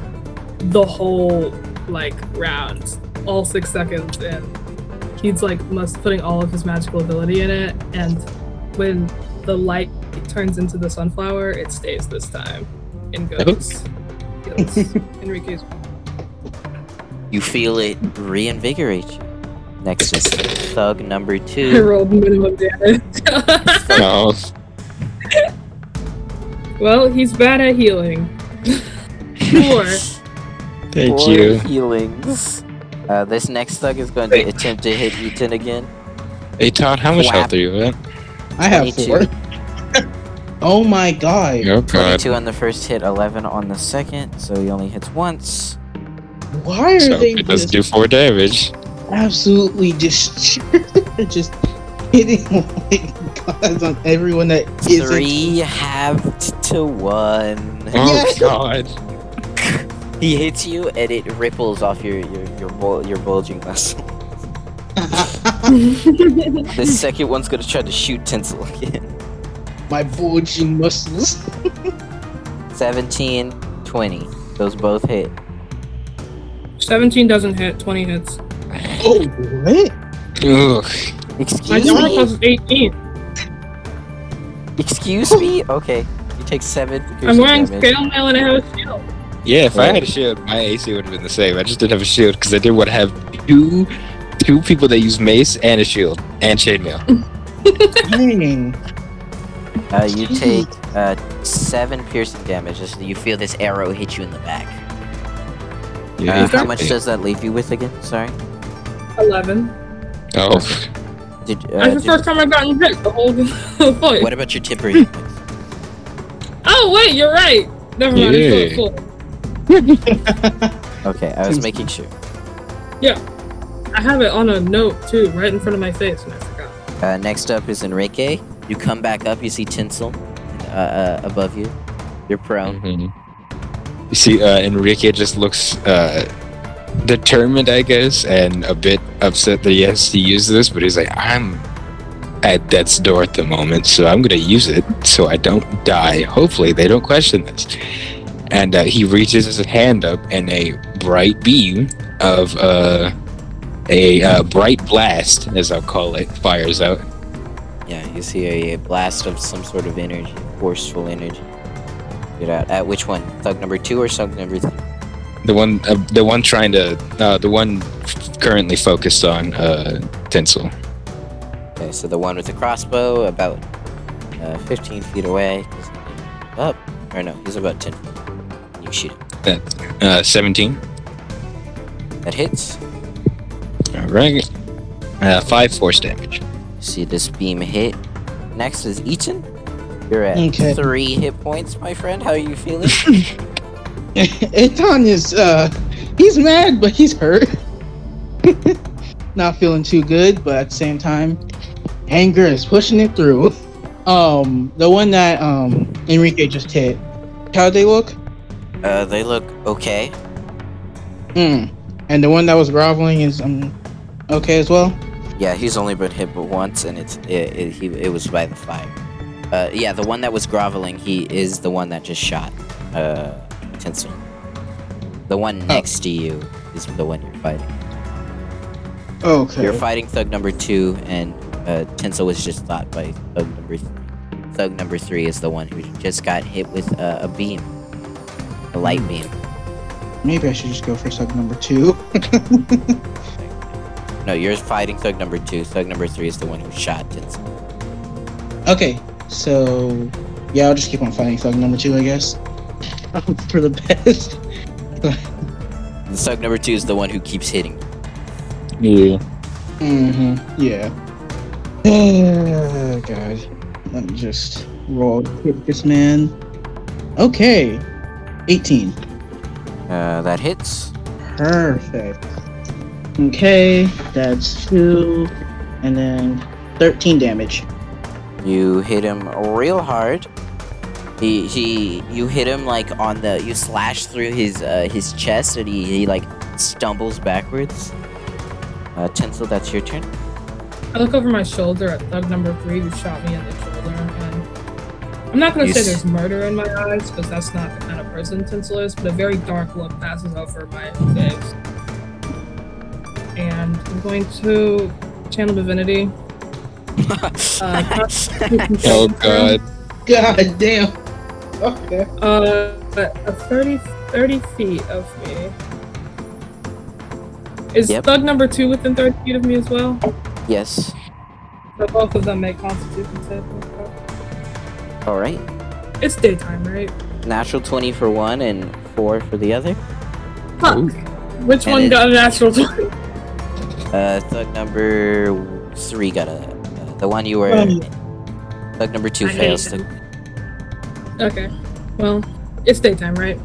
the whole like round, all six seconds, and he's like must putting all of his magical ability in it. And when the light turns into the sunflower, it stays this time and goes. Yes. Enrique's
You feel it reinvigorate you. Next is thug number
I
two.
rolled minimum damage.
No,
well, he's bad at healing. Four.
thank
Four
you.
healings. Uh, this next thug is going to
Wait.
attempt to hit Ethan again.
Hey Todd, how much
Wow.
health are you at?
I have
22.
four. oh my god.
Oh god.
22 on the first hit, 11 on the second, so he only hits once.
Why are
So
they
it does
just
do four damage.
absolutely just they're just hitting like guys on everyone that isn't-
Three halved to one.
Oh
Yeah.
god.
He hits you and it ripples off your your your, bul- your bulging muscle. The second one's gonna try to shoot Tinsel again.
my bulging muscles.
17, 20. Those both hit.
17 doesn't hit, 20 hits.
Oh what?
Ugh.
My
Excuse
armor class
me.
is 18.
Excuse me. Okay, you take seven.
I'm
piercing
wearing
damage.
scale mail and I have a shield.
Yeah, if I
Right.
had a shield, my AC would have been the same. I just didn't have a shield because I didn't want to have two two people that use mace and a shield and chainmail.
Dang.
Uh, you take uh, seven piercing damage as you feel this arrow hit you in the back. Uh, how much does that leave you with again? Sorry.
11.
Oh,
Did, uh,
That's the
did-
first time I've gotten hit the whole fight.
what about your temporary? points?
Oh, wait, you're right. Never mind. It's
Yeah.
still full.
okay, I was making sure.
I have it on a note too, right in front of my face, and I forgot.
Uh, next up is Enrique. You come back up, you see Tinsel uh, uh, above you. You're prone.
Mhm. You see, uh, Enrique just looks uh, determined, I guess, and a bit upset that he has to use this, but he's like, I'm at death's door at the moment, so I'm going to use it so I don't die. Hopefully, they don't question this. And uh, he reaches his hand up, and a bright beam of uh, a uh, bright blast, as I'll call it, fires out.
Yeah, you see a, a blast of some sort of energy, forceful energy. Get out. At which one? Thug number two or thug number three?
The one, uh, the one trying to, uh, the one currently focused on uh, Tinsel.
Okay, so the one with the crossbow, about uh, 15 feet away. 'cause he's Up. Or no, he's about 10 feet. You shoot him.
Uh, 17.
That hits.
All right. Uh, five force damage.
See this beam hit. Next is Eaton. You're at
Okay.
three hit points, my friend. How are you feeling?
Etan is uh he's mad but he's hurt. Not feeling too good, but at the same time, anger is pushing it through. Um the one that um Enrique just hit. How they look?
uh, they look okay.
Mm. And the one that was groveling is um okay as well?
Yeah, he's only been hit but once, and it's it, it, he, it was by the fire. Uh, yeah, the one that was groveling, he is the one that just shot uh, Tinsel. The one next to you is the one you're fighting.
Okay.
You're fighting Thug number two, and uh, Tinsel was just shot by Thug number three. Thug number three is the one who just got hit with uh, a beam, a light beam.
Maybe I should just go for sub number two.
No, you're fighting Thug number two. Thug number three is the one who shot Tinsel.
Okay, so yeah, I'll just keep on fighting thug number two, I guess. for the best.
Thug number two is the one who keeps hitting.
Yeah.
Mm-hmm. Yeah. Oh, God. Let me just roll with this man. Okay. 18.
Uh, that hits.
Perfect. Okay, that's two, and then 13 damage.
You hit him real hard. He, he, you hit him like on the. You slash through his uh, his chest, and he, he like stumbles backwards. Uh, Tinsel, that's your turn.
I look over my shoulder at thug number three who shot me in the shoulder, and I'm not gonna
You
say
s-
there's murder in my eyes because that's not the kind of person Tinsel is, but a very dark look passes over my face, and I'm going to channel divinity. Uh,
Oh god.
God damn. Okay.
Uh, a 30, 30 feet of me. Is
Yep.
thug number two within 30 feet of me as well?
yes.
So both of them make constitution saving throws.
All right.
It's daytime, right?
Natural twenty for one and four for the other.
Fuck. Which
And
one
it-
got a natural 20?
Uh, thug number three got a. Uh, the one you were.
Right.
Thug number two
I hate
fails.
them.
Thug-
Okay. Well, it's daytime, right?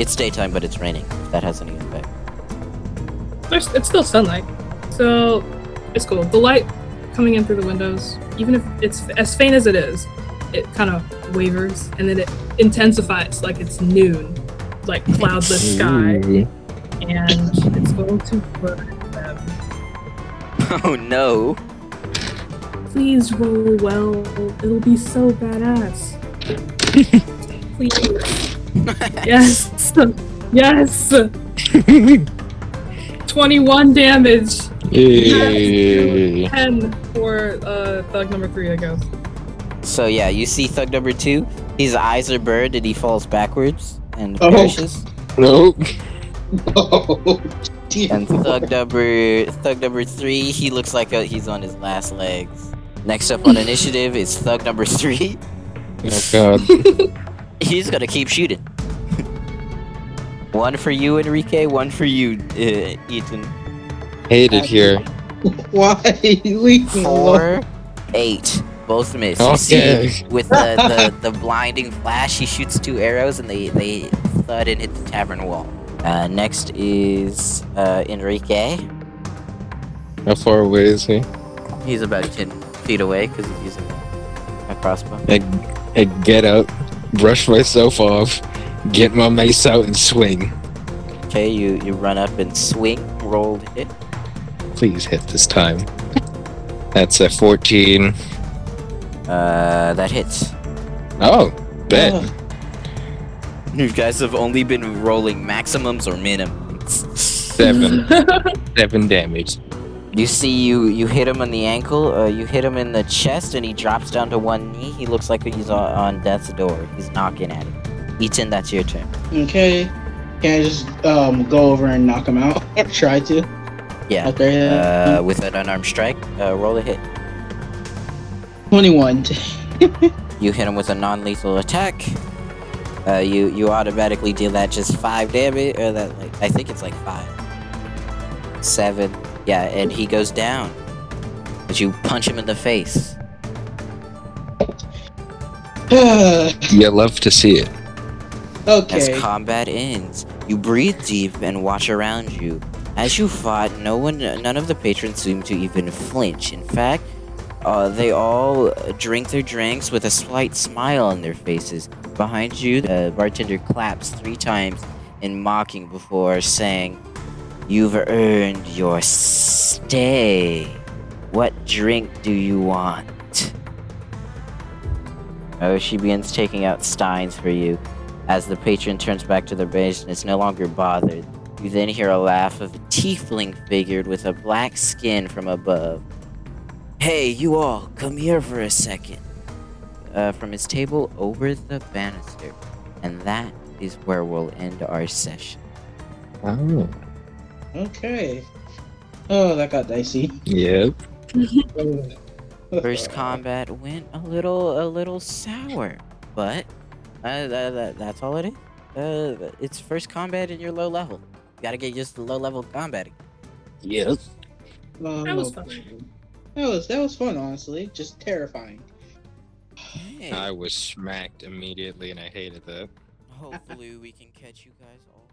It's daytime, but it's raining. That has any effect.
There's, it's still sunlight. So it's cool. The light coming in through the windows, even if it's as faint as it is, it kind of wavers and then it intensifies like it's noon, like cloudless sky.
Ooh.
and it's going to burn them.
Oh no!
Please roll well. It'll be so badass. Please. yes. Yes. 21 damage.
Yay.
10 for uh, thug number three, I guess.
So yeah, you see thug number two. His eyes are burned, and he falls backwards and
Oh.
perishes.
Nope.
Oh, dear.
And thug number thug number three, he looks like uh he's on his last legs. Next up on initiative is thug number three.
Oh god.
He's gonna keep shooting. one for you, Enrique. One for you, uh, Ethan.
Hate it here.
Why? Leave me alone.
Four, eight. Both miss. You
Okay.
see, with the, the, the blinding flash, he shoots two arrows and they, they thud and hit the tavern wall. Uh, next is uh, Enrique.
How far away is he?
He's about 10 feet away because he's using a crossbow.
I, I get up, brush myself off, get my mace out, and swing.
Okay, you, you run up and swing, rolled hit.
Please hit this time. That's a 14.
Uh, that hits.
Oh, bet.
Ugh.
You guys have only been rolling maximums or minimums.
Seven. Seven damage.
You see, you you hit him on the ankle, uh, you hit him in the chest, and he drops down to one knee. He looks like he's on, on death's door. He's knocking at it. Ethan, that's your turn.
Okay. Can I just um go over and knock him out? Try to.
Yeah.
After that.
Uh, with an unarmed strike, uh, roll a hit.
21.
You hit him with a non-lethal attack. Uh, you you automatically deal that just five damage, or that like I think it's like five, seven. Yeah, and he goes down. But you punch him in the face.
okay.
You love to see it.
As combat ends, you breathe deep and watch around you. As you fought, no one, none of the patrons seemed to even flinch. In fact, uh, they all uh, drink their drinks with a slight smile on their faces. Behind you, the bartender claps three times in mocking before saying, "You've earned your stay. What drink do you want?" Oh, she begins taking out steins for you. As the patron turns back to their base and is no longer bothered, you then hear a laugh of a tiefling figure with a black skin from above. Hey, you all, come here for a second. Uh, from his table over the banister. And that is where we'll end our session.
Oh.
Okay. Oh, that got dicey.
Yep.
First combat went a little, a little sour, but uh, that, that, that's all it is. Uh, it's first combat and you're low level. You gotta get used to low level combat.
Yep.
Oh,
That was fun.
That was that was fun, honestly. Just terrifying.
Hey.
I was smacked immediately, and I hated that.
Hopefully, we can catch you guys all.